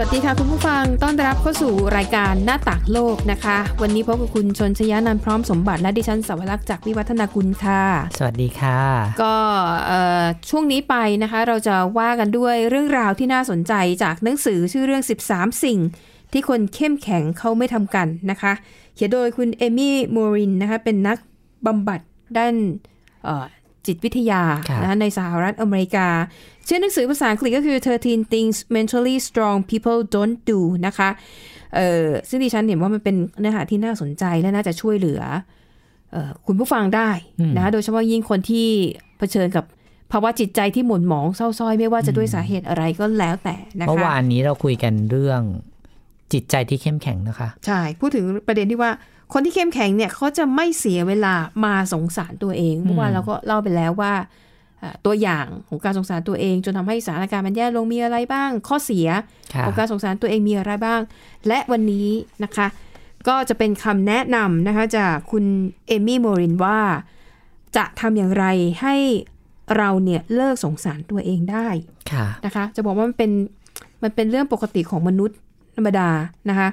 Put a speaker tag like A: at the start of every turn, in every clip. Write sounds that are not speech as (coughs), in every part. A: สวัสดีค่ะคุณผู้ฟังต้อนรับเข้าสู่รายการหน้าต่างโลกนะคะ วันนี้พบกับคุณชนชยานันท์พร้อมสมบัติและดิฉันสวรักษ์จากวิวัฒนาคุณค่ะ
B: สวัสดีค่ะ
A: ก็เอ่อช่วงนี้ไปนะคะ เราจะว่ากันด้วยเรื่องราวที่น่าสนใจจากหนังสือชื่อเรื่อง 13 สิ่ง ที่คนเข้มแข็งเขาไม่ทำกันนะคะ เขียนโดยคุณเอมี่มูรินนะคะเป็นนักบำบัดด้านเอ่อจิตวิทยา
B: ครับ
A: นะในสหรัฐอเมริกา ชื่อหนังสือภาษาอังกฤษก็คือ 13 things mentally strong people don't do นะคะเอ่อซึ่งดิฉันเห็นว่ามันเป็นเนื้อหาที่น่าสนใจและน่าจะช่วยเหลือ เอ่อคุณผู้ฟังได้นะโดยเฉพาะยิ่งคนที่เผชิญกับภาวะจิตใจที่หม่นหมองเศร้าส้อยไม่ว่าจะด้วยสาเหตุอะไรก็แล้วแต่นะคะ
B: เมื่อวานนี้เราคุยกันเรื่องจิตใจที่เข้มแข็งนะคะ
A: ใช่ พูดถึงประเด็นที่ว่า คนที่เข้มแข็งเนี่ยเขาจะไม่เสียเวลามาสงสารตัวเองเมื่อวานเราก็เล่าไปแล้วว่าเอ่อตัวอย่างของการสงสารตัวเอง จนทำให้สถานการณ์มันแย่ลงมีอะไรบ้าง ข้อเสีย
B: ค่ะ
A: ของการสงสารตัวเองมีอะไรบ้าง และวันนี้นะคะ ก็จะเป็นคำแนะนำนะคะจากคุณเอมี่โมรินว่า จะทำอย่างไรให้เราเนี่ยเลิกสงสารตัวเองได้
B: ค่ะ
A: นะคะ จะบอกว่ามันเป็นมันเป็นเรื่องปกติของมนุษย์ธรรมดานะคะ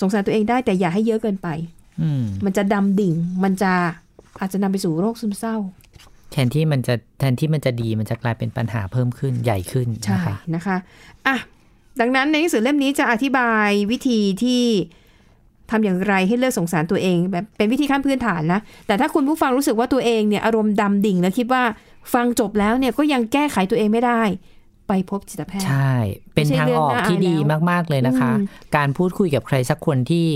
A: สงสารตัวเองได้แต่อย่าให้เยอะเกินไป
B: อืม
A: มันจะดำดิ่ง มันจะอาจจะนำไปสู่โรคซึมเศร้า
B: แทนที่มันจะแทนที่มันจะดีมันจะกลายเป็นปัญหาเพิ่มขึ้นใหญ่ขึ้น
A: ใช่
B: นะคะ
A: นะคะอ่ะดังนั้นในหนังสือเล่มนี้จะอธิบายวิธีที่ทำอย่างไรให้เลิกสงสารตัวเอง แบบเป็นวิธีขั้นพื้นฐานนะ แต่ถ้าคุณผู้ฟังรู้สึกว่าตัวเองเนี่ยอารมณ์ดำดิ่งแล้วคิดว่าฟังจบแล้วเนี่ยก็ยังแก้ไขตัวเองไม่ได้ ไปพบจิตแพทย์
B: ใช่ เป็นทางออกที่ดีมาก ๆ เลยนะคะ
A: อืม
B: การพูดคุยกับใครสักคนที่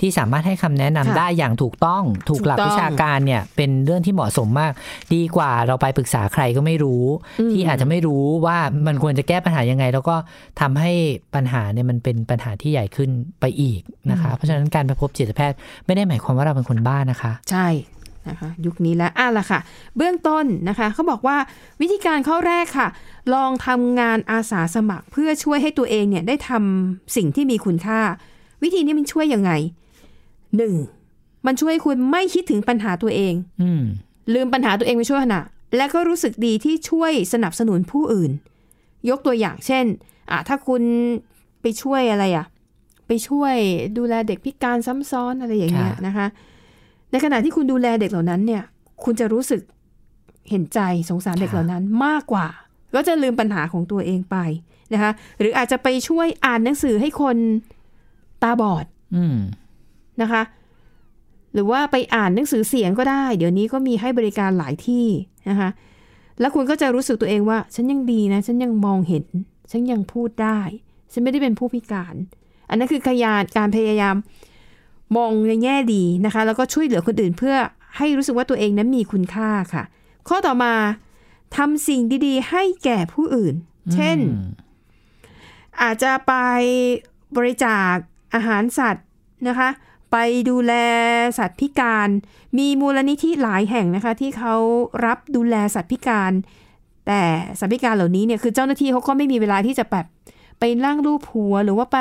B: ที่สามารถให้คำแนะนำ
A: ค่ะ
B: ได้อย่างถูกต้อง ถูกหลัก
A: ถูกต้อง
B: วิชาการเนี่ยเป็นเรื่องที่เหมาะสมมาก ดีกว่าเราไปปรึกษาใครก็ไม่รู้
A: อืม
B: ที่อาจจะไม่รู้ว่ามันควรจะแก้ปัญหายังไง แล้วก็ทำให้ปัญหาเนี่ยมันเป็นปัญหาที่ใหญ่ขึ้นไปอีกนะคะ เพราะฉะนั้นการไปพบจิตแพทย์ไม่ได้หมายความว่าเราเป็นคนบ้านะคะ
A: ใช่นะคะยุคนี้แล้วอ่ะล่ะค่ะ เบื้องต้นนะคะเขาบอกว่าวิธีการข้อแรกค่ะ ลองทำงานอาสาสมัครเพื่อช่วยให้ตัวเองเนี่ยได้ทำสิ่งที่มีคุณค่า วิธีนี้มันช่วยยังไงหนึ่งมันช่วยให้คุณไม่คิดถึงปัญหาตัวเอง
B: อืม
A: ลืมปัญหาตัวเองไปชั่วขณะ และก็รู้สึกดีที่ช่วยสนับสนุนผู้อื่น ยกตัวอย่างเช่นอ่ะถ้าคุณไปช่วยอะไรอ่ะ ไปช่วยดูแลเด็กพิการซ้ำซ้อนอะไรอย่างเงี้ย
B: ค่ะ
A: นะคะ ในขณะที่คุณดูแลเด็กเหล่านั้นเนี่ย คุณจะรู้สึกเห็นใจสงสารเด็กเหล่านั้นมากกว่า ก็จะลืมปัญหาของตัวเองไปนะคะ หรืออาจจะไปช่วยอ่านหนังสือให้คนตาบอด
B: อืม
A: นะคะ หรือว่าไปอ่านหนังสือเสียงก็ได้ เดี๋ยวนี้ก็มีให้บริการหลายที่นะคะ แล้วคุณก็จะรู้สึกตัวเองว่า ฉันยังดีนะ ฉันยังมองเห็น ฉันยังพูดได้ ฉันไม่ได้เป็นผู้พิการ อันนั้นคือขยานการพยายามมองในแง่ดีนะคะ แล้วก็ช่วยเหลือคนอื่นเพื่อให้รู้สึกว่าตัวเองนั้นมีคุณค่าค่ะ ข้อต่อมาทำสิ่งดีๆ ให้แก่ผู้อื่น เช่น อาจจะไปบริจาคอาหารสัตว์นะคะ ไปดูแลสัตว์พิการ มีมูลนิธิหลายแห่งนะคะ ที่เขารับดูแลสัตว์พิการ แต่สัตว์พิการเหล่านี้เนี่ยคือเจ้าหน้าที่เขาก็ไม่มีเวลาที่จะแบบไปล่างรูปหัว หรือว่าไป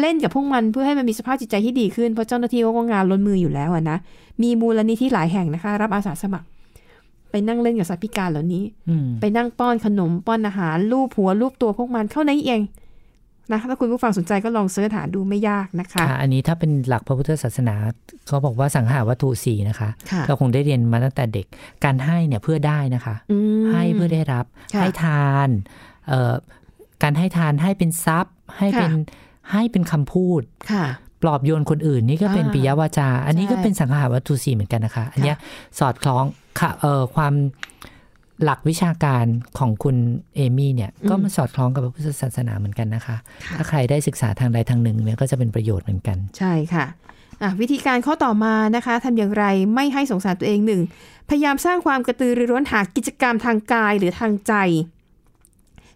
A: เล่นกับพวกมันเพื่อให้มันมีสภาพจิตใจที่ดีขึ้นเพราะเจ้าหน้าที่เขาก็งานล้นมืออยู่แล้วอะนะมีมูลนิธิหลายแห่งนะคะ รับอาสาสมัคร ไปนั่งเล่นกับสัตว์พิการเหล่านี้
B: อืม
A: ไปนั่งป้อนขนมป้อนอาหารรูปหัวรูปตัวพวกมันเข้าในนเองนะคะถ้าคุณผู้ฟังสนใจก็ลองเสิร์ชหาดูไม่ยากนะคะ
B: ค่ะอันนี้ถ้าเป็นหลักพระพุทธศาสนาเขาบอกว่าสังหาวัตถุสีนะคะ
A: ค่ะ
B: เราคงได้เรียนมาตั้งแต่เด็กการให้เนี่ยเพื่อได้นะคะ
A: อืม
B: ให้เพื่อได้รับ
A: ค่ะ
B: ให้ทานเอ่อการให้ทานให้เป็นทรัพย์ ให้เป็น
A: ค่ะ
B: ให้เป็นคำพูด
A: ค่ะ
B: ปลอบโยนคนอื่นนี่ก็เป็น
A: อ่า
B: ปิยวาจา อันนี้ก็
A: ใช่
B: เป็นสังหาวัตถุสีเหมือนกันนะคะ อันเนี้ยสอดคล้องค่ะเอ่อความหลักวิชาการของคุณเอมี่เนี่ยก็มันสอดคล้องกับพระพุทธศาสนาเหมือนกันนะคะ
A: ค่ะ
B: ถ้าใครได้ศึกษาทางใดทางหนึ่งเนี่ยก็จะเป็นประโยชน์เหมือนกัน
A: ใช่ค่ะอ่ะ วิธีการข้อต่อมานะคะทำอย่างไรไม่ให้สงสารตัวเองหนึ่งพยายามสร้างความกระตือรือร้นหากิจกรรมทางกายหรือทางใจ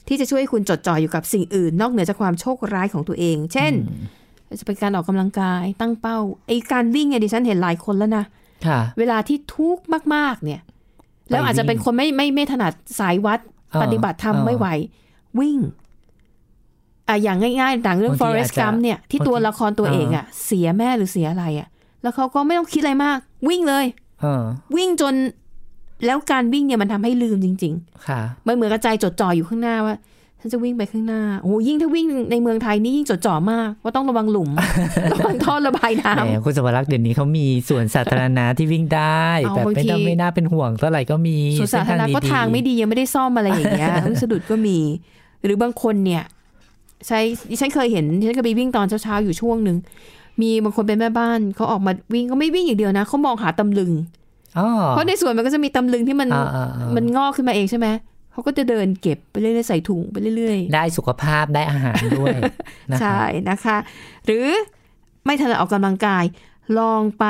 A: ที่จะช่วยให้คุณจดจ่ออยู่กับสิ่งอื่น นอกเหนือจากความโชคร้ายของตัวเอง เช่นจะเป็นการออกกำลังกายตั้งเป้าไอการวิ่งเนี่ยดิฉันเห็นหลายคนแล้วนะ
B: ค่ะ
A: เวลาที่ทุกข์มาก ๆ เนี่ย แล้วอาจจะเป็นคนไม่ไม่ไม่ถนัดสายวัด
B: เออ
A: ปฏิบัติธรรม
B: เออ
A: ไม่ไหว วิ่ง อ่ะอย่างง่ายๆหนังเรื่อง
B: บางที
A: Forest
B: อาจจะ
A: Gump เนี่ยที่ตัวละครตัวเอกอ่ะเสียแม่หรือเสียอะไรอ่ะ แล้วเขาก็ไม่ต้องคิดอะไรมาก วิ่งเลย
B: เออ
A: วิ่งจน แล้วการวิ่งเนี่ยมันทำให้ลืมจริง
B: ค่ะ
A: ๆ มันเหมือนกระใจจดจ่ออยู่ข้างหน้าว่าฉันจะวิ่งไปข้างหน้าโอ้โหยิ่งถ้าวิ่งในเมืองไทยนี่ยิ่งจดจ่อมาก ว่าต้องระวังห
B: (laughs)
A: ลุม ระวังท่อระบายน้
B: แหมคุณสวรักษ์เดี๋ยวนี้เขามีสวนสาธารณะที่วิ่งได้
A: เอา
B: แบบ
A: บาง
B: ไม่ต้อง
A: ที
B: ไม่น่าเป็นห่วงเท่าไหร่ก็มี
A: ำสุสานธารณะ
B: เส้น
A: ก็ทางไม่ดียังไม่ได้ซ่อมอะไรอย่างเงี้ย
B: (laughs)
A: เออสะดุดก็มี หรือบางคนเนี่ย ใช้ดิฉันเคยเห็นดิฉันก็ไปวิ่งตอนเช้าๆอยู่ช่วงหนึ่งมีบางคนเป็นแม่บ้านเขาออกมาวิ่งก็ไม่วิ่งอย่างเดียวนะเขามองหาตำลึง
B: อ๋อ
A: เพราะในสวนมันก็จะมีตำลึงที่มัน
B: อ่าอ่าอ่า
A: มันงอกขึ้นมาเองใช่ไหม เขาก็จะเดินเก็บไปเรื่อยๆ ใส่ถุงไปเรื่อย
B: ได้สุขภาพได้อาหาร
A: (laughs)
B: ด้วย
A: ๆ
B: นะคะ
A: ใช่นะคะ หรือไม่ถนัดออกกำลังกาย ลองไป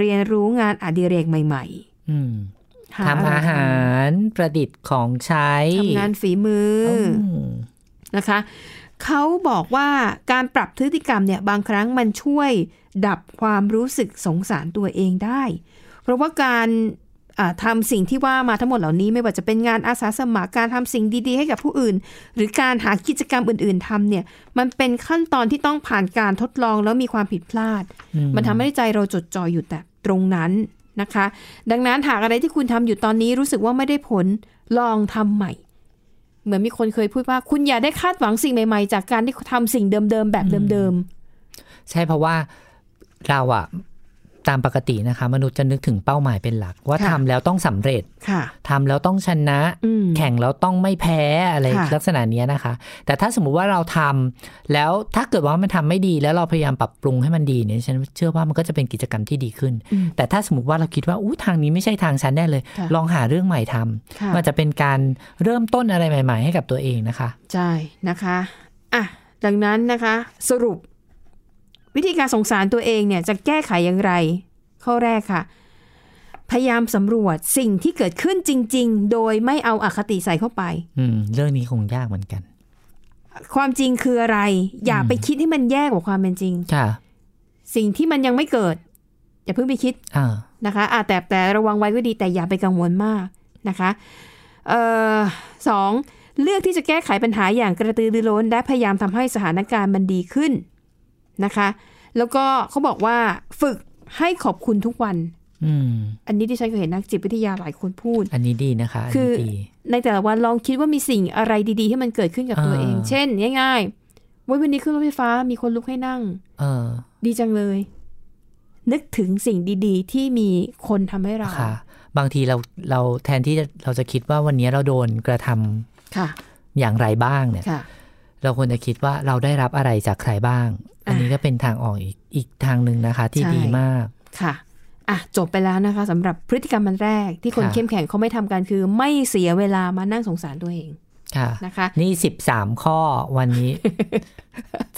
A: เรียนรู้งานอดิเรกใหม่
B: อืม
A: ๆหา
B: ทำอาหารประดิษฐ์ของใช้
A: ทำงานฝีมืออ
B: ม
A: นะคะ เขาบอกว่าการปรับพฤติกรรมเนี่ยบางครั้งมันช่วยดับความรู้สึกสงสารตัวเองได้ เพราะว่าการอ่าทำสิ่งที่ว่ามาทั้งหมดเหล่านี้ไม่ว่าจะเป็นงานอาสาสมัครการทำสิ่งดี ๆ ให้กับผู้อื่น หรือการหากิจกรรมอื่น ๆทำเนี่ย มันเป็นขั้นตอนที่ต้องผ่านการทดลองแล้วมีความผิดพลาด
B: อื
A: มันทำให้ใจเราจดจ่ออยู่แต่ตรงนั้นนะคะ ดังนั้นหากอะไรที่คุณทำอยู่ตอนนี้รู้สึกว่าไม่ได้ผลลองทำใหม่ เหมือนมีคนเคยพูดว่า คุณอย่าได้คาดหวังสิ่งใหม่ๆ จากการที่ทำสิ่งเดิมๆแบบเดิม
B: ใช่เพราะว่าเราอะตามปกตินะคะ มนุษย์จะนึกถึงเป้าหมายเป็นหลัก ว่าทำแล้วต้องสำเร็จ
A: ๆ ค่ะ
B: ทำแล้วต้องชนะ
A: อืม
B: แข่งแล้วต้องไม่แพ้อะไร
A: ค่ะ
B: ลักษณะเนี้ยนะคะ แต่ถ้าสมมุติว่าเราทำแล้วถ้าเกิดว่ามันทำไม่ดีแล้วเราพยายามปรับปรุงให้มันดีเนี่ยฉันเชื่อว่ามันก็จะเป็นกิจกรรมที่ดีขึ้น
A: อืม
B: แต่ถ้าสมมติว่าเราคิดว่าอู้ทางนี้ไม่ใช่ทางฉันแน่เลย
A: ค่ะ
B: ลองหาเรื่องใหม่ทำ
A: ค่ะ
B: มันจะเป็นการเริ่มต้นอะไรใหม่ ๆ ให้กับตัวเองนะคะ
A: ใช่นะคะอ่ะดังนั้นนะคะ สรุป วิธีการสงสารตัวเองเนี่ยจะแก้ไขอย่างไร ข้อแรกค่ะ พยายามสำรวจสิ่งที่เกิดขึ้นจริง ๆ โดยไม่เอาอาคติใส่เข้าไป
B: อืมเรื่องนี้คงยากเหมือนกัน
A: ความจริงคืออะไร อย่าไปคิดให้มันแย่กว่าความเป็นจริง
B: ค่ะ
A: สิ่งที่มันยังไม่เกิด อย่าเพิ่งไปคิด
B: อ่า
A: นะคะอ่ะแต่แต่ระวังไว้ก็ดีแต่อย่าไปกังวลมากนะคะเอ่อสองเลือกที่จะแก้ไขปัญหาอย่างกระตือรือร้น และพยายามทำให้สถานการณ์มันดีขึ้นนะคะ แล้วก็เขาบอกว่าฝึกให้ขอบคุณทุกวัน
B: อืม
A: อันนี้ที่ฉันเคยเห็นนักจิตวิทยาหลายคนพูด
B: อันนี้ดีนะคะอัน
A: คือ
B: นี้ดี
A: ในแต่ละวันลองคิดว่ามีสิ่งอะไรดีๆ ที่มันเกิดขึ้นกับตัวเอง
B: อ่า
A: เช่น ง่ายๆวันวันนี้ขึ้นรถไฟฟ้ามีคนลุกให้นั่ง
B: เออ
A: ดีจังเลย นึกถึงสิ่งดีๆ ที่มีคนทำให้เรา
B: ค่ะ บางทีเราเราแทนที่จะเราจะคิดว่าวันนี้เราโดนกระทำ
A: ค่ะ
B: อย่างไรบ้างเนี่ย
A: ค่ะ
B: เราควรจะคิดว่าเราได้รับอะไรจากใครบ้าง อันนี้
A: อ่ะ
B: ก็เป็นทางออกอีกอีกทางหนึ่งนะคะ ที่
A: ใช่
B: ดีมาก
A: ค่ะอ่ะ จบไปแล้วนะคะสำหรับพฤติกรรมมันแรก ที่คน
B: ค่ะ
A: เข้มแข็งเขาไม่ทำกันคือ ไม่เสียเวลามานั่งสงสารตัวเอง
B: ค่ะ
A: นะคะ
B: นี่สิบสามข้อวันนี้
A: (laughs)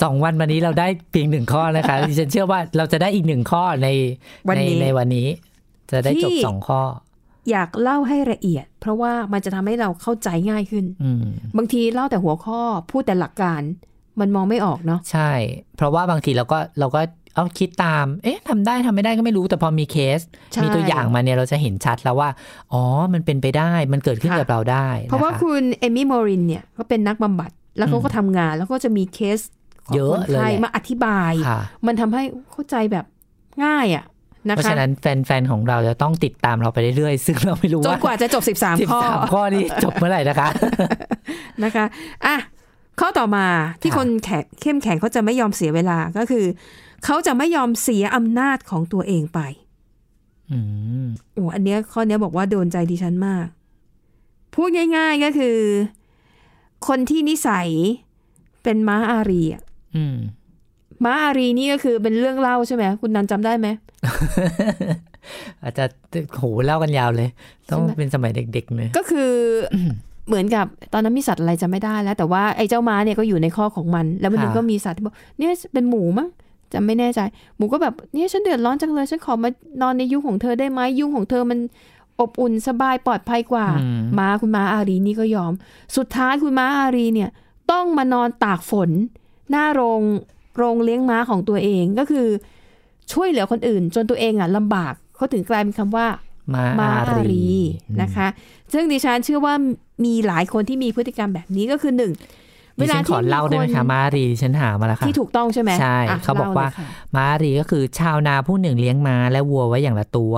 B: สองวันวันนี้เราได้เพียงหนึ่งข้อนะคะดิฉันเชื่อว่าเราจะได้อีกหนึ่งข้อใน
A: วัน
B: ใน
A: นี้
B: ในวันนี้ จะได้จบ
A: ที่
B: สองข้อ
A: อยากเล่าให้ละเอียด เพราะว่ามันจะทำให้เราเข้าใจง่ายขึ้น
B: อืม
A: บางทีเล่าแต่หัวข้อพูดแต่หลักการ มันมองไม่ออกเนาะ
B: ใช่ เพราะว่าบางทีเราก็เราก็เอาคิดตาม เอ๊ะทำได้ทำไม่ได้ก็ไม่รู้แต่พอมีเคส
A: ใช่
B: มีตัวอย่างมาเนี่ยเราจะเห็นชัดแล้วว่า อ๋อ มันเป็นไปได้มันเกิดขึ้น
A: ค่ะ
B: กับเราได้นค
A: เพราะว่าคุณเอมี่มอรินเนี่ยก็เป็นนักบำบัด แล้วเขาก็ทำงาน แล้วก็จะมีเคสของ
B: เยอะ
A: คนไข้
B: เลยแหละ
A: มาอธิบาย
B: ค่ะ
A: มันทำให้เข้าใจแบบง่ายอะนะ
B: เพราะ
A: คะ
B: ฉะนั้นแฟน ๆ ของเราจะต้องติดตามเราไปเรื่อยๆ ซึ่งเราไม่รู้
A: จน
B: ว่าก
A: ว่าจะจบ
B: สิ
A: 13
B: บ
A: ข้อ
B: สามข้อนี้ จบเมื่อไหร่
A: (laughs)
B: นะคะ
A: นะคะอ่ะข้อต่อมาที่
B: ค่ะ
A: คนแข็งเข้มแข็งเขาจะไม่ยอมเสียเวลาก็คือ เขาจะไม่ยอมเสียอำนาจของตัวเองไป
B: อืม
A: โอ้อันเนี้ยข้อเนี้ยบอกว่าโดนใจดิฉันมาก พูดง่ายๆก็คือ คนที่นิสัยเป็นม้าอารีอะ
B: อืม
A: ม้าอารีนี่ก็คือเป็นเรื่องเล่าใช่ไหมคุณนันจำได้ไหม
B: อาจจะโหเล่ากันยาวเลย ต้อง
A: ใช่ไหม
B: เป็นสมัยเด็กๆเลย
A: ก็คืออเหมือนกับตอนนั้นมีสัตว์อะไรจะไม่ได้แล้ว แต่ว่าไอ้เจ้าม้าเนี่ยก็อยู่ในข้อของมัน แล้ววันหนึงก็มีสัตว์ที่บอกเนี่ยเป็นหมูมั้งจำไม่แน่ใจ หมูก็แบบเนี่ยฉันเดือดร้อนจังเลย ฉันขอมานอนในยุงของเธอได้ไหมยุงของเธอมันอบอุ่นสบายปลอดภัยกว่า
B: อืม
A: ม้าคุณม้าอารีนี่ก็ยอม สุดท้ายคุณม้าอารีเนี่ย ต้องมานอนตากฝน หน้าโรงโรงเลี้ยงม้าของตัวเองก็คือ ช่วยเหลือคนอื่น จนตัวเองอ่ะลำบากเขาถึงกลายเป็นคำว่า
B: มา
A: มา
B: อา
A: อา
B: รี
A: รีนะคะ ซึ่งดิฉันเชื่อว่ามีหลายคนที่มีพฤติกรรมแบบนี้ก็คือหนึ่ง เว
B: ดิ
A: ลา
B: ฉัน
A: ที่
B: ขอเล่าได้ไหม
A: มีค
B: คะ
A: น
B: มารีดิฉันหามาแล้วค่ะ
A: ที่ถูกต้องใช่ไหม
B: ใช่
A: ะ
B: เขาบอก
A: ล่ลย
B: ว่า
A: ค่ะ
B: ม้ารีก็คือชาวนาผู้หนึ่งเลี้ยงม้าและวัวไว้อย่างละตัว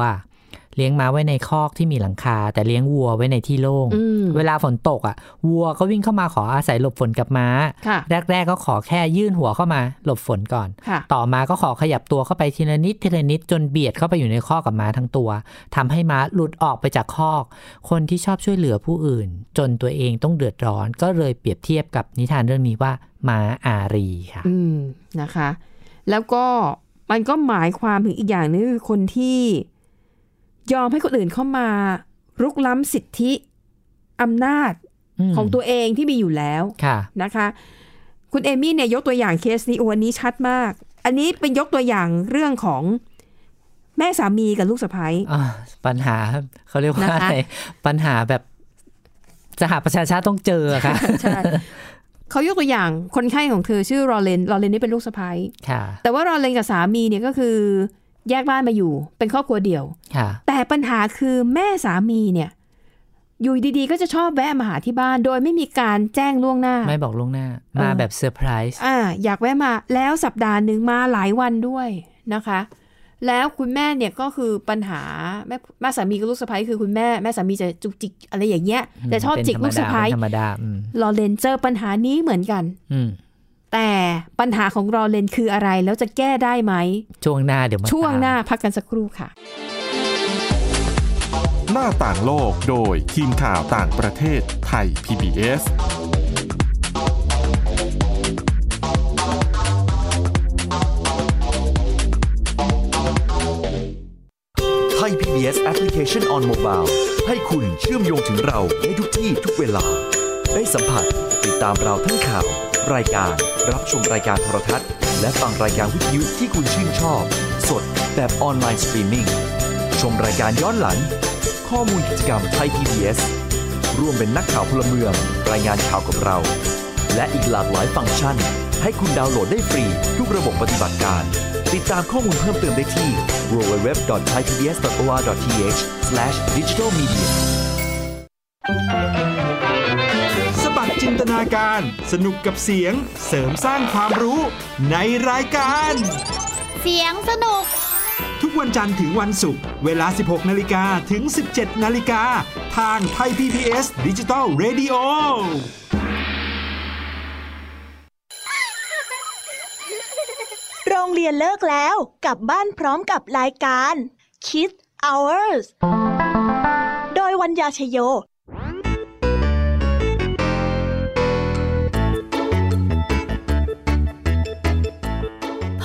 B: เลี้ยงม้าไว้ในคอกที่มีหลังคา แต่เลี้ยงวัวไว้ในที่โล่ง
A: อืม
B: เวลาฝนตกอ่ะ วัวก็วิ่งเข้ามาขออาศัยหลบฝนกับม้า
A: ค่ะ
B: แรก ๆ ก็ขอแค่ยื่นหัวเข้ามาหลบฝนก่อน
A: ค่ะ
B: ต่อมาก็ขอขยับตัวเข้าไปทีละนิดทีละนิดจนเบียดเข้าไปอยู่ในข้อกกับม้าทั้งตัวทำให้ม้าหลุดออกไปจากคอก คนที่ชอบช่วยเหลือผู้อื่น จนตัวเองต้องเดือดร้อน ก็เลยเปรียบเทียบกับนิทานเรื่องนี้ว่าม้าอารีค่ะ
A: อืมนะคะ แล้วก็มันก็หมายความถึงอีกอย่างหนึงคือคนที่ยอมให้คนอื่นเข้ามารุกล้ำสิทธิอำนาจ
B: ม
A: ของตัวเองที่มีอยู่แล้ว
B: ค่ะ
A: นะคะ คุณเอมี่เนี่ยยกตัวอย่างเคสนี้โอ้อันนี้ชัดมาก อันนี้เป็นยกตัวอย่างเรื่องของแม่สามีกับลูกสะใภ้
B: อ่าปัญหาเขาเรียกว่า
A: นะคะ
B: อะไรปัญหาแบบสหประชาชาติต้องเจอ
A: (laughs)
B: ค่ะ
A: ใช่เขายกตัวอย่างคนไข้ของเธอชื่อรอเลนรอเลนนี่เป็นลูกสะใภ้
B: ค่ะ
A: แต่ว่ารอเลนกับสามีเนี่ยก็คือแยกบ้านมาอยู่ เป็นครอบครัวเดี่ยว
B: ค่ะ
A: แต่ปัญหาคือแม่สามีเนี่ย อยู่ดีๆ ก็จะชอบแวะมาหาที่บ้าน โดยไม่มีการแจ้งล่วงหน้า
B: ไม่บอกล่วงหน้า
A: เออ
B: มาแบบเซอร์ไพรส์
A: อ่า อยากแวะมาแล้วสัปดาห์หนึ่งมาหลายวันด้วยนะคะ แล้วคุณแม่เนี่ยก็คือปัญหาแม่แม่สามีกับลูกสะใภ้คือคุณแม่แม่สามีจะจุกจิกอะไรอย่างเงี้ยจะชอบจิกลูกสะใภ้
B: ธรรมดาอืม
A: รอเลนเจอปัญหานี้เหมือนกัน
B: อืม
A: แต่ปัญหาของรอเลนคืออะไรแล้วจะแก้ได้ไหม
B: ช่วงหน้าเดี๋ยวมา
A: ช่วงหน้า
B: ตม
A: พักกันสักครู่ค่ะ
C: หน้าต่างโลกโดยทีมข่าวต่างประเทศไทย PBS
D: ไทย PBS Application on Mobile ให้คุณเชื่อมโยงถึงเราในทุกที่ทุกเวลา ได้สัมผัสติดตามเราทั้งข่าว รายการ รับชมรายการโทรทัศน์ และฟังรายการวิทยุที่คุณชื่นชอบ สดแบบออนไลน์สตรีมมิ่งชมรายการย้อนหลัง ข้อมูลกิจกรรมไทย PBS ร่วมเป็นนักข่าวพลเมือง รายงานข่าวกับเรา และอีกหลากหลายฟังก์ชัน ให้คุณดาวน์โหลดได้ฟรี ทุกระบบปฏิบัติการ ติดตามข้อมูลเพิ่มเติมได้ที่ www.thaipbs.or.th/digitalmedia
E: สบัดจินตนาการ สนุกกับเสียง เสริมสร้างความรู้ในรายการ
F: เสียงสนุก
E: ทุกวันจันทร์ถึงวันศุกร์เวลา 16 นาฬิกาถึง 17 นาฬิกา ทางไทย PPS ดิจิตอล Radio
G: โรงเรียนเลิกแล้วกลับบ้านพร้อมกับรายการ Kids Hours โดยวัญญาชยโย
H: พ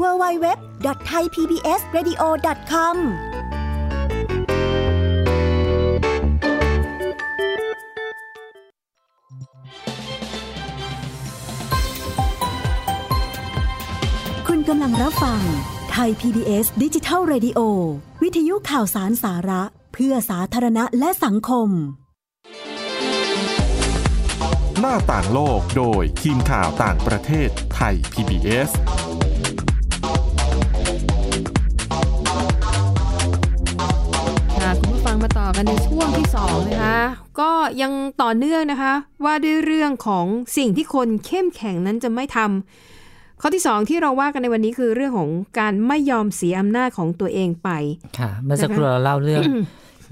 H: www.thaipbsradio.com คุณกำลังรับฟังไทย PBS ดิจิทัล Radio วิทยุข่าวสารสาระ เพื่อสาธารณะและสังคม
C: หน้าต่างโลกโดยทีมข่าวต่างประเทศไทย PBS
A: ค่ะคุณผู้ฟังมาต่อกันในช่วงที่2นะคะก็ยังต่อเนื่องนะคะ ว่าด้วยเรื่องของสิ่งที่คนเข้มแข็งนั้นจะไม่ทำข้อที่ 2 ที่เราว่ากันในวันนี้คือเรื่องของการไม่ยอมเสียอำนาจของตัวเองไป
B: ค่ะ เมื่อสักครู่เราเล่าเรื่อง
A: (coughs)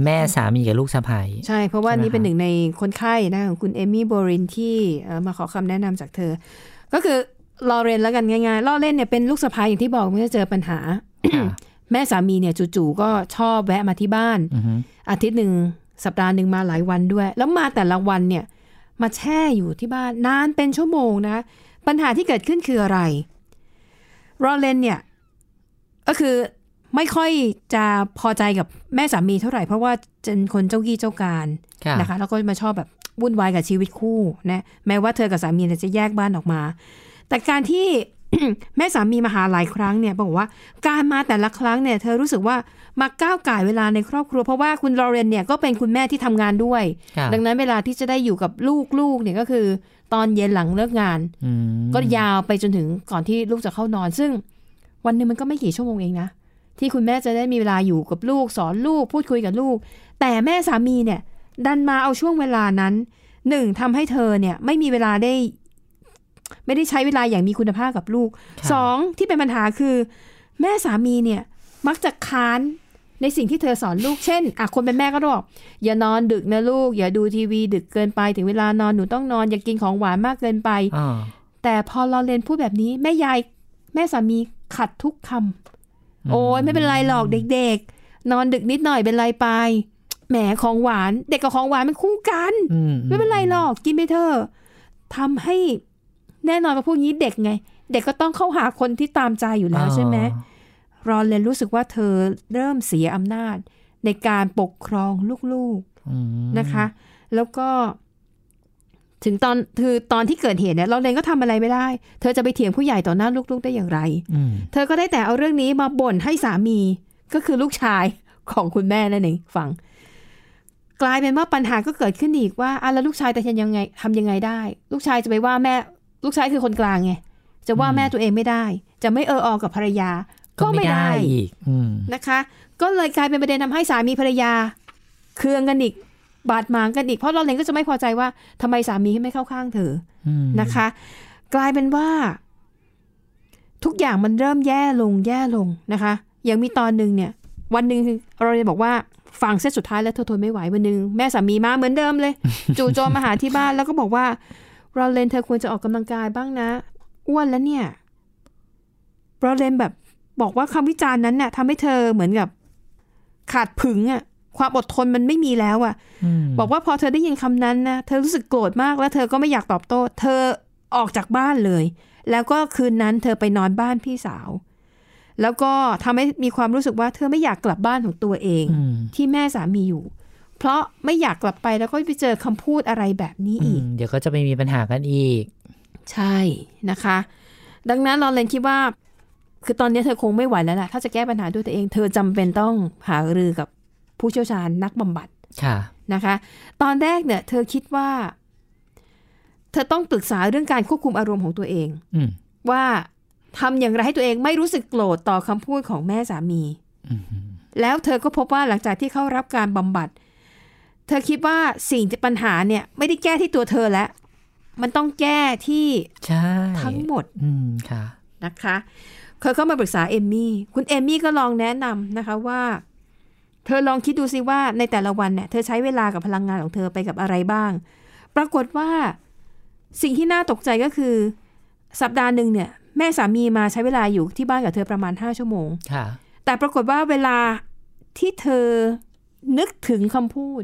B: แม่สามีกับลูกสะใภ้
A: ใช่เพราะว่า
B: ใช่ไหม
A: นี่เป็น
B: คะ
A: หนึ่งในคนไข้นะของคุณเอมี่โบรินที่เอ่อมาขอคำแนะนำจากเธอ ก็คือลอเรนแล้วกันง่ายๆลอเรนเนี่ยเป็นลูกสะใภ้อย่างที่บอกเมื่อเจอปัญหา (coughs)
B: ค่ะ
A: แม่สามีเนี่ยจู่ๆก็ชอบแวะมาที่บ้าน
B: อือฮึ
A: อาทิตย์หนึ่งสัปดาห์หนึ่งมาหลายวันด้วย แล้วมาแต่ละวันเนี่ย มาแช่อยู่ที่บ้านนานเป็นชั่วโมงนะปัญหาที่เกิดขึ้นคืออะไรรอเลนเนี่ย ก็คือไม่ค่อยจะพอใจกับแม่สามีเท่าไหร่ เพราะว่าเป็นคนเจ้ากี้เจ้าการ
B: ค่ะ
A: นะคะ แล้วก็มาชอบแบบ วุ่นวายกับชีวิตคู่นะแม้ว่าเธอกับสามีเนี่ยจะแยกบ้านออกมา แต่การที่ (coughs) แม่สามีมาหาหลายครั้งเนี่ยบอกว่าการมาแต่ละครั้งเนี่ยเธอรู้สึกว่ามาก้าวก่ายเวลาในครอบครัว เพราะว่าคุณลอเรนเนี่ยก็เป็นคุณแม่ที่ทำงานด้วย
B: ค่ะ
A: ดังนั้นเวลาที่จะได้อยู่กับลูกๆเนี่ยก็คือ ตอนเย็นหลังเลิกงาน
B: อืม
A: ก็ยาวไปจนถึงก่อนที่ลูกจะเข้านอน ซึ่งวันหนึ่งมันก็ไม่กี่ชั่วโมงเองนะ ที่คุณแม่จะได้มีเวลาอยู่กับลูก สอนลูกพูดคุยกับลูก แต่แม่สามีเนี่ย ดันมาเอาช่วงเวลานั้นหนึ่งทำให้เธอเนี่ยไม่มีเวลาได้ ไม่ได้ใช้เวลาอย่างมีคุณภาพกับลูก
B: ค่ะ
A: สองที่เป็นปัญหาคือ แม่สามีเนี่ย มักจะค้านในสิ่งที่เธอสอนลูกเช่นอ่ะคนเป็นแม่ก็ต้องบอกอย่านอนดึกนะลูก อย่าดูทีวี ดึกเกินไปถึงเวลานอนหนูต้องนอนอย่ากินของหวานมากเกินไป
B: อ่า
A: แต่พอลอเรนพูดแบบนี้แม่ยายแม่สามีขัดทุกคำโอ้ยไม่เป็นไรหรอกเด็กๆ นอนดึกนิดหน่อยเป็นไรไปแหมของหวาน เด็กกับของหวานมันคู่กัน
B: อื
A: ไม่เป็นไรหรอกกินไปเถอะทำให้แน่นอนว่าพวกนี้เด็กไง เด็กก็ต้องเข้าหาคนที่ตามใจอยู่แล้วใช่ไหม
B: อ่าร
A: อเลนรู้สึกว่าเธอเริ่มเสียอำนาจ ในการปกครองลูกๆ
B: อืม
A: นะคะ แล้วก็ถึงตอนคือตอนที่เกิดเหตุเนี่ยเราเรนก็ทำอะไรไม่ได้ เธอจะไปเถียงผู้ใหญ่ต่อหน้าลูกๆได้อย่างไร
B: อืม
A: เธอก็ได้แต่เอาเรื่องนี้มาบ่นให้สามีก็คือลูกชายของคุณแม่นั่นเองฟัง กลายเป็นว่าปัญหาก็เกิดขึ้นอีกว่าอ่ะแล้วลูกชายแต่ยังไงทำยังไงได้ ลูกชายจะไปว่าแม่ ลูกชายคือคนกลางไงจะว่าแม่ตัวเองไม่ได้ จะไม่เออออกับภรรยา
B: ก็ไม่ได้อีก อืม
A: นะคะ ก็เลยกลายเป็นประเด็นทำให้สามีภรรยาเคืองกันอีก บาดหมางกันอีก เพราะเราเองก็จะไม่พอใจว่าทำไมสามีไม่เข้าข้างเธอ
B: อืม
A: อนะคะ กลายเป็นว่า ทุกอย่างมันเริ่มแย่ลงแย่ลงนะคะยังมีตอนหนึ่งเนี่ย วันหนึ่งเราเลยบอกว่าฟังเส้นสุดท้ายแล้วเธอทนไม่ไหววันหนึ่งแม่สามีมาเหมือนเดิมเลย
B: (laughs)
A: จู่โจมมาหาที่บ้านแล้วก็บอกว่า เราเลนเธอควรจะออกกำลังกายบ้างนะอ้วนแล้วเนี่ยเราเลนแบบบอกว่าคำวิจารณ์นั้นน่ะทำให้เธอเหมือนกับขาดผึงอะความอดทนมันไม่มีแล้วอะ
B: ม
A: บอกว่าพอเธอได้ยินคำนั้นนะ เธอรู้สึกโกรธมากแล้วเธอก็ไม่อยากตอบโต้ เธอออกจากบ้านเลย แล้วก็คืนนั้นเธอไปนอนบ้านพี่สาว แล้วก็ทำให้มีความรู้สึกว่าเธอไม่อยากกลับบ้านของตัวเอง
B: อืม
A: ที่แม่สามีอยู่ เพราะไม่อยากกลับไปแล้วก็ไปเจอคำพูดอะไรแบบนี้
B: อื
A: อี
B: ม
A: ก
B: เดี๋ยวก็จะไปมีปัญหากันอีก
A: ใช่นะคะ ดังนั้นลอเรนคิดว่า คือตอนนี้เธอคงไม่ไหวแล้วล่ะถ้าจะแก้ปัญหาด้วยตัวเอง เธอจำเป็นต้องหารือกับผู้เชี่ยวชาญนักบำบัด
B: ค่ะ
A: นะคะ ตอนแรกเนี่ย เธอคิดว่า เธอต้องปรึกษาเรื่องการควบคุมอารมณ์ของตัวเอง
B: อืม
A: ว่าทำอย่างไรให้ตัวเองไม่รู้สึกโกรธต่อคำพูดของแม่สามี
B: อืม
A: แล้วเธอก็พบว่าหลังจากที่เข้ารับการบำบัด เธอคิดว่าสิ่งที่ปัญหาเนี่ย ไม่ได้แก้ที่ตัวเธอแล้ว มันต้องแก้ที่
B: ใช่
A: ทั้งหมด
B: อืมค่ะ
A: นะคะเคยเข้ามาปรึกษาเอมมี่ คุณเอมมี่ก็ลองแนะนำนะคะว่า เธอลองคิดดูสิว่าในแต่ละวันเนี่ยเธอใช้เวลากับพลังงานของเธอไปกับอะไรบ้าง ปรากฏว่าสิ่งที่น่าตกใจก็คือ สัปดาห์หนึ่งเนี่ย แม่สามีมาใช้เวลาอยู่ที่บ้านกับเธอประมาณ 5 ชั่วโมง
B: ค่ะ
A: แต่ปรากฏว่าเวลาที่เธอนึกถึงคำพูด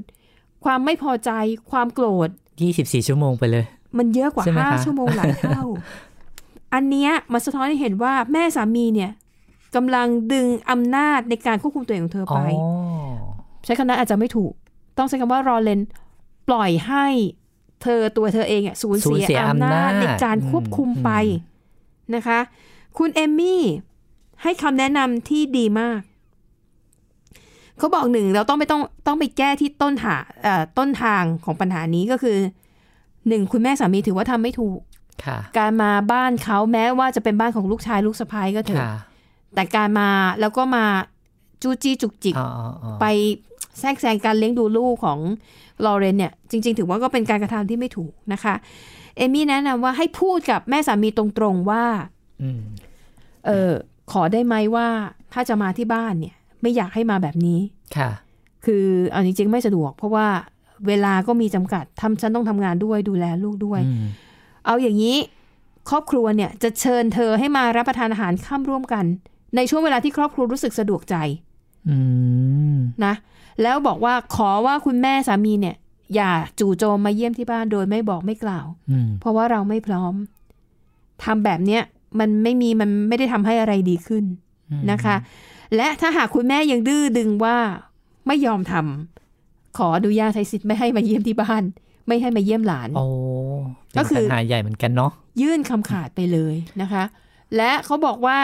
A: ความไม่พอใจความโกรธ
B: 24 ชั่วโมงไปเลย
A: มันเยอะกว่า
B: ใช่ไหม
A: ห้า
B: คะ
A: ชั่วโมงหลายเท่า
B: (laughs)
A: อันเนี้ยมันสะท้อนให้เห็นว่าแม่สามีเนี่ยกำลังดึงอำนาจในการควบคุมตัวเองของเธอ
B: อ๋
A: ไป
B: อ
A: ใช้คำนั้นอาจจะไม่ถูก ต้องใช้คำว่ารอเลนปล่อยให้เธอตัวเธอเองอ่ะสูญเสียอำนาจในการควบคุมไปนะคะ คุณเอมมี่ให้คำแนะนำที่ดีมาก เขาบอกหนึ่งเราต้องไปต้องต้องไปแก้ที่ต้นหาเอ่อต้นทางของปัญหานี้ก็คือหนึ่งคุณแม่สามีถือว่าทำไม่ถูก
B: ค่ะ
A: การมาบ้านเขาแม้ว่าจะเป็นบ้านของลูกชายลูกสะพ้ายก็เถอะ
B: ค่ะ
A: แต่การมาแล้วก็มาจูจี้จุกจิก
B: อ๋ออ๋ออ๋อ
A: ไปแทรกแซงการเลี้ยงดูลูกของลอเรนเนี่ยจริง ๆ ถือว่าก็เป็นการกระทำที่ไม่ถูกนะคะ เอมี่แนะนำว่าให้พูดกับแม่สามีตรงๆว่า
B: อืม
A: เออขอได้ไหมว่าถ้าจะมาที่บ้านเนี่ย ไม่อยากให้มาแบบนี้
B: ค่ะ
A: คือเอาจริงๆไม่สะดวก เพราะว่าเวลาก็มีจำกัดทำฉันต้องทำงานด้วยดูแลลูกด้วย
B: อืม
A: เอาอย่างนี้ครอบครัวเนี่ยจะเชิญเธอให้มารับประทานอาหารข้ามร่วมกัน ในช่วงเวลาที่ครอบครัวรู้สึกสะดวกใจ
B: อืม
A: นะแล้วบอกว่าขอว่าคุณแม่สามีเนี่ย อย่าจู่โจมมาเยี่ยมที่บ้านโดยไม่บอกไม่กล่าว
B: อืม
A: เพราะว่าเราไม่พร้อมทำแบบเนี้ยมันไม่มีมันไม่ได้ทำให้อะไรดีขึ้นนะคะ และถ้าหากคุณแม่ยังดื้อดึงว่าไม่ยอมทำขออนุญาตใช้สิทธิ์ไม่ให้มาเยี่ยมที่บ้าน ไม่ให้มาเยี่ยมหลาน
B: โอ้
A: ก็
B: ก็
A: คื
B: คือ อปัญหาใหญ่เหมือนกันเนาะ
A: ยื่นคำขาดไปเลยนะคะ และเขาบอกว่า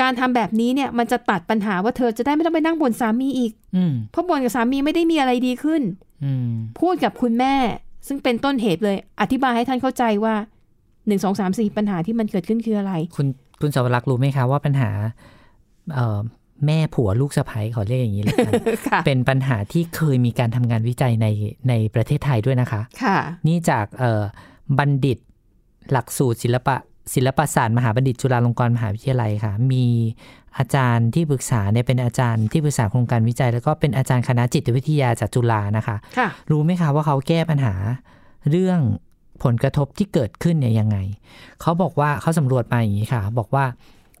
A: การทำแบบนี้เนี่ยมันจะตัดปัญหาว่าเธอจะได้ไม่ต้องไปนั่งบนสามีอีก
B: อืม
A: เพราะบนกับสามีไม่ได้มีอะไรดีขึ้น
B: อืม
A: พูดกับคุณแม่ ซึ่งเป็นต้นเหตุเลย อธิบายให้ท่านเข้าใจว่าหนึ่งสองสามสี่ปัญหาที่มันเกิดขึ้นคืออะไร
B: คุณคุณสาวรักษ์รู้ไหมคะว่าปัญหา เอ่อแม่ผัวลูกสะใภ้ขอเรียกอย่างนี้เลยกัน
A: ค่ะ
B: เป็นปัญหาที่เคยมีการทำงานวิจัยในในประเทศไทยด้วยนะคะ
A: ค่ะ
B: นี่จากเอ่อบัณฑิตหลักสูตรศิลปะศิลปศาสตร์มหาบัณฑิตจุฬาลงกรณ์มหาวิทยาลัยค่ะ มีอาจารย์ที่ปรึกษาเนี่ยเป็นอาจารย์ที่ปรึกษาโครงการวิจัย แล้วก็เป็นอาจารย์คณะจิตวิทยาจากจุฬานะคะ
A: ค่ะ
B: รู้ไหมคะว่าเขาแก้ปัญหาเรื่องผลกระทบที่เกิดขึ้นเนี่ยยังไง เขาบอกว่าเขาสำรวจมาอย่างนี้ค่ะ บอกว่า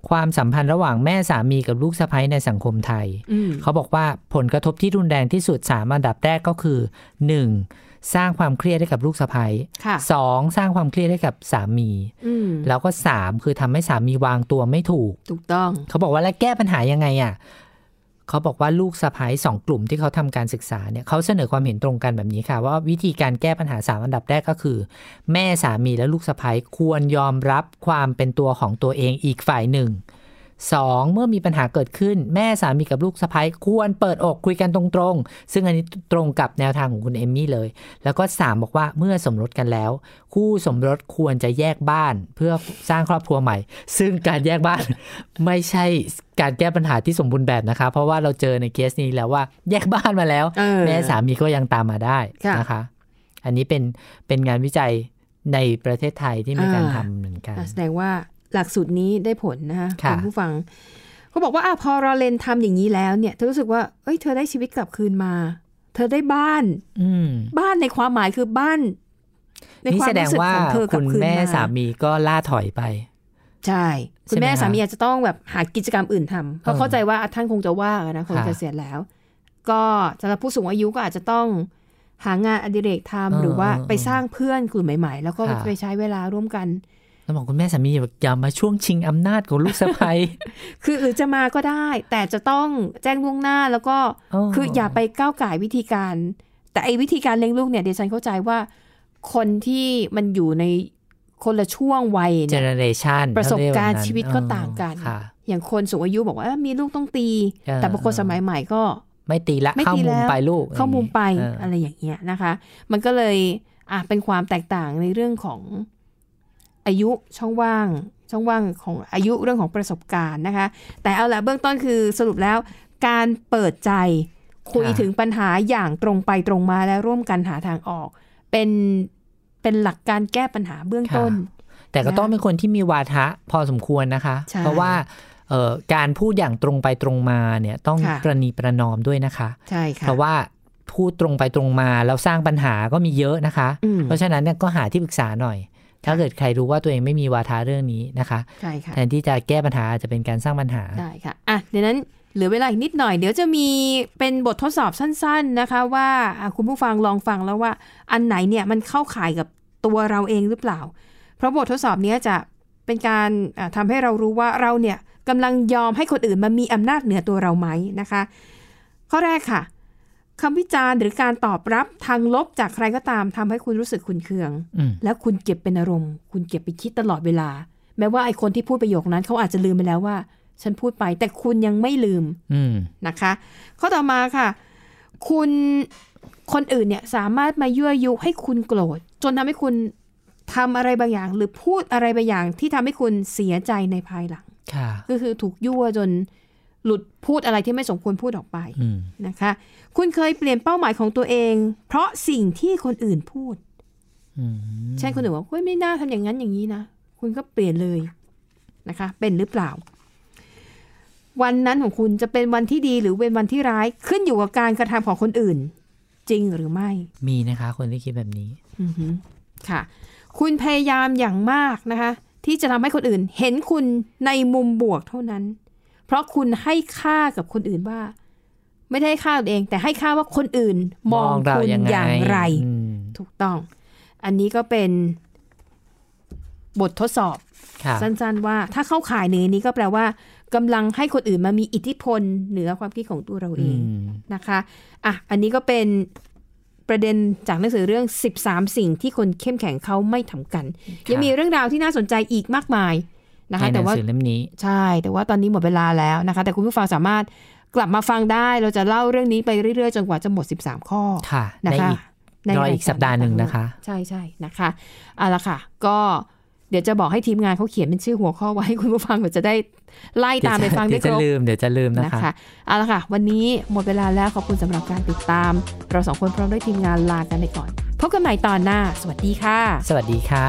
B: ความสัมพันธ์ระหว่างแม่สามีกับลูกสะใภ้ในสังคมไทย
A: อืม
B: เขาบอกว่าผลกระทบที่รุนแรงที่สุดสามอันดับแรกก็คือ 1. สร้างความเครียดให้กับลูกสะใภ้
A: ค่ะ
B: สองสร้างความเครียดให้กับสามี
A: อืม
B: แล้วก็ 3 คือทำให้สามีวางตัวไม่ถูก
A: ถูกต้อง
B: เขาบอกว่าแล้วแก้ปัญหายังไงอ่ะเขาบอกว่าลูกสะพ้ายสองกลุ่มที่เขาทำการศึกษาเนี่ยเขาเสนอความเห็นตรงกันแบบนี้ค่ะ ว่าวิธีการแก้ปัญหาสามอันดับแรกก็คือ แม่สามีและลูกสะพ้ายควรยอมรับความเป็นตัวของตัวเองอีกฝ่ายหนึ่งสองเมื่อมีปัญหาเกิดขึ้น แม่สามีกับลูกสะพ้ายควรเปิดอกคุยกันตรงๆ ซึ่งอันนี้ตรงกับแนวทางของคุณเอมมี่เลย แล้วก็สามบอกว่าเมื่อสมรสกันแล้ว คู่สมรสควรจะแยกบ้านเพื่อสร้างครอบครัวใหม่ ซึ่งการแยกบ้าน (laughs) ไม่ใช่การแก้ปัญหาที่สมบูรณ์แบบนะคะ เพราะว่าเราเจอในเคสนี้แล้วว่าแยกบ้านมาแล้ว
A: เออ
B: แม่สามีก็ยังตามมาได้
A: ค่ะ
B: นะคะ อันนี้เป็นเป็นงานวิจัยในประเทศไทยที่มีการทำเหมือนกัน
A: อ่ะแสดงว่าหลักสูตรนี้ได้ผลนะคะ
B: ค่ะ
A: ณผู้ฟังเขาบอกว่าอ่ะพอเราเลนทำอย่างนี้แล้วเนี่ย เธอรู้สึกว่าเอ้ยเธอได้ชีวิตกลับคืนมา เธอได้บ้าน
B: อืม
A: บ้านในความหมายคือบ้าน
B: นี่แสดงว่าคุณแม่สามีก็ล่าถอยไป
A: ใช่คุณแม่
B: ใช่ไหมคะ
A: สามีอาจจะต้องแบบหากิจกรรมอื่นทำเพราะ
B: เออ
A: เข้าใจว่าท่านคงจะว่างนะคง
B: ค่ะ
A: จะเกษียณแล้ว ก็สำหรับผู้สูงอายุก็อาจจะต้องหางานอดิเรกทำ
B: เออ
A: หรือว่า
B: เออ
A: ไปสร้างเพื่อนกลุ่มใหม่ ๆ แล้วก็
B: ค่ะ
A: ไปใช้เวลาร่วมกัน
B: แล้วบอกคุณแม่สามีอย่ามาช่วงชิงอำนาจของลูกสะใภ้
A: คือหรือจะมาก็ได้ แต่จะต้องแจ้งล่วงหน้าแล้วก็
B: เออ
A: คืออย่าไปก้าวไก่ายวิธีการ แต่ไอ้วิธีการเลี้ยงลูกเนี่ยเดยวฉันเข้าใจว่า คนที่มันอยู่ในคนละช่วงวัย (laughs)
B: เจ
A: เนี่ย
B: เนเรชัน
A: ประสบการณ์ชีวิตก็ต่างกัน
B: ค่ะ
A: อย่างคนสูงอายุบอกว่าเอ้ยมีลูกต้องตี
B: เออ
A: แต่บางคนสมัยใหม่ก็
B: ไม่ตีละ
A: ไม่
B: เข้า
A: ตี
B: มุม
A: แล้ว
B: ไปลูก
A: เข้ามุมไป
B: เอออ
A: อะไรอย่างเงี้ยนะคะ มันก็เลยอ่ะเป็นความแตกต่างในเรื่องของอายุช่องว่าง ช่องว่างของอายุเรื่องของประสบการณ์นะคะ แต่เอาละเบื้องต้นคือสรุปแล้ว การเปิดใจคุย
B: ค่ะ
A: ถึงปัญหาอย่างตรงไปตรงมาและร่วมกันหาทางออก เป็นเป็นหลักการแก้ปัญหาเบื้องต้น
B: แต่ก็
A: นะ
B: ต้องเป็นคนที่มีวาทะพอสมควรนะคะ
A: ใช่
B: เพราะว่าเอ่อการพูดอย่างตรงไปตรงมาเนี่ยต้อง
A: ค่ะ
B: ประนีประนอมด้วยนะคะ
A: ใช่ค่ะ
B: เพราะว่าพูดตรงไปตรงมาแล้วสร้างปัญหาก็มีเยอะนะคะ
A: อืม
B: เพราะฉะนั้นเนี่ยก็หาที่ปรึกษาหน่อย ถ้าเกิดใครรู้ว่าตัวเองไม่มีวาทะเรื่องนี้นะคะ
A: ใช่ค่ะ
B: แทนที่จะแก้ปัญหาอาจจะเป็นการสร้างปัญหา
A: ได้ค่ะ อ่ะดังนั้นเหลือเวลาอีกนิดหน่อย เดี๋ยวจะมีเป็นบททดสอบสั้น ๆนะคะ ว่าอ่ะคุณผู้ฟังลองฟังแล้วว่า อันไหนเนี่ยมันเข้าข่ายกับตัวเราเองหรือเปล่า เพราะบททดสอบเนี้ยจะเป็นการอ่ะทำให้เรารู้ว่าเราเนี่ยกำลังยอมให้คนอื่นมามีอำนาจเหนือตัวเราไหมนะคะ ข้อแรกค่ะคำวิจารณ์หรือการตอบรับทางลบจากใครก็ตามทำให้คุณรู้สึกขุนเคือง
B: อืม
A: แล้วคุณเก็บเป็นอารมณ์ คุณเก็บไปคิดตลอดเวลา แม้ว่าไอคนที่พูดประโยคนั้นเขาอาจจะลืมไปแล้วว่า ฉันพูดไปแต่คุณยังไม่ลืม
B: อืม
A: นะคะข้อต่อมาค่ะ คุณคนอื่นเนี่ยสามารถมายั่วยุให้คุณโกรธ จนทำให้คุณทำอะไรบางอย่าง หรือพูดอะไรบางอย่างที่ทำให้คุณเสียใจในภายหลัง
B: ค่ะ
A: ก็คือถูกยั่วจนหลุดพูดอะไรที่ไม่สมควรพูดออกไป
B: อืม
A: นะคะ คุณเคยเปลี่ยนเป้าหมายของตัวเอง เพราะสิ่งที่คนอื่นพูด
B: อืม
A: เช่นคนอื่นว่าเฮ้ยไม่น่าทำอย่างนั้นอย่างนี้นะ คุณก็เปลี่ยนเลยนะคะ เป็นหรือเปล่า วันนั้นของคุณจะเป็นวันที่ดีหรือเป็นวันที่ร้ายขึ้นอยู่กับการกระทำของคนอื่น จริงหรือไม่
B: มีนะคะ คนที่คิดแบบนี้
A: อือหือค่ะ คุณพยายามอย่างมากนะคะ ที่จะทำให้คนอื่น เห็นคุณในมุมบวกเท่านั้น เพราะคุณให้ค่ากับคนอื่นว่า ไม่ได้ให้ค่าตัวเอง แต่ให้ค่าว่าคนอื่น มองคุณอย่างไร
B: อืม
A: ถูกต้อง อันนี้ก็เป็นบททดสอบ
B: ค่ะ
A: สั้นๆว่าถ้าเข้าข่ายในนี้ก็แปลว่ากำลังให้คนอื่นมามีอิทธิพลเหนือความคิดของตัวเราเอ
B: อื
A: ง
B: ม
A: นะคะ อ่ะ อันนี้ก็เป็น ประเด็นจากหนังสือเรื่อง 13 สิ่งที่คนเข้มแข็งเขาไม่ทำกัน
B: ะ
A: ยังมีเรื่องราวที่น่าสนใจอีกมากมายนะคะ
B: ในห
A: แต่
B: นัง
A: ว่า
B: สือเล่มนี้
A: ใช่ แต่ว่าตอนนี้หมดเวลาแล้วนะคะ แต่คุณผู้ฟังสามารถกลับมาฟังได้ เราจะเล่าเรื่องนี้ไปเรื่อยๆ จนกว่าจะหมด 13 ข้อ
B: ค่ะ
A: นะ
B: ใน
A: คะ
B: อีกรออีกสัปดาห์หนึ่งนะคะ
A: ใช่ใช่นะคะเอาละค่ะ ก็เดี๋ยวจะบอกให้ทีมงานเขาเขียนเป็นชื่อหัวข้อไว้ให้คุณผู้ฟังเดี๋ยวจะได้ไล่ตามไปฟังได้
B: เดี๋ยว
A: ค
B: จะ
A: รบ
B: ลืมเดี๋ยวจะลืมนะ
A: นะคะ คะเอาละค่ะ วันนี้หมดเวลาแล้วขอบคุณสำหรับการติดตาม เราสองคนพร้อมด้วยทีมงานลากันไปก่อนพบกันใหม่ตอนหน้า สวัสดีค่ะ
B: สวัสดีค่ะ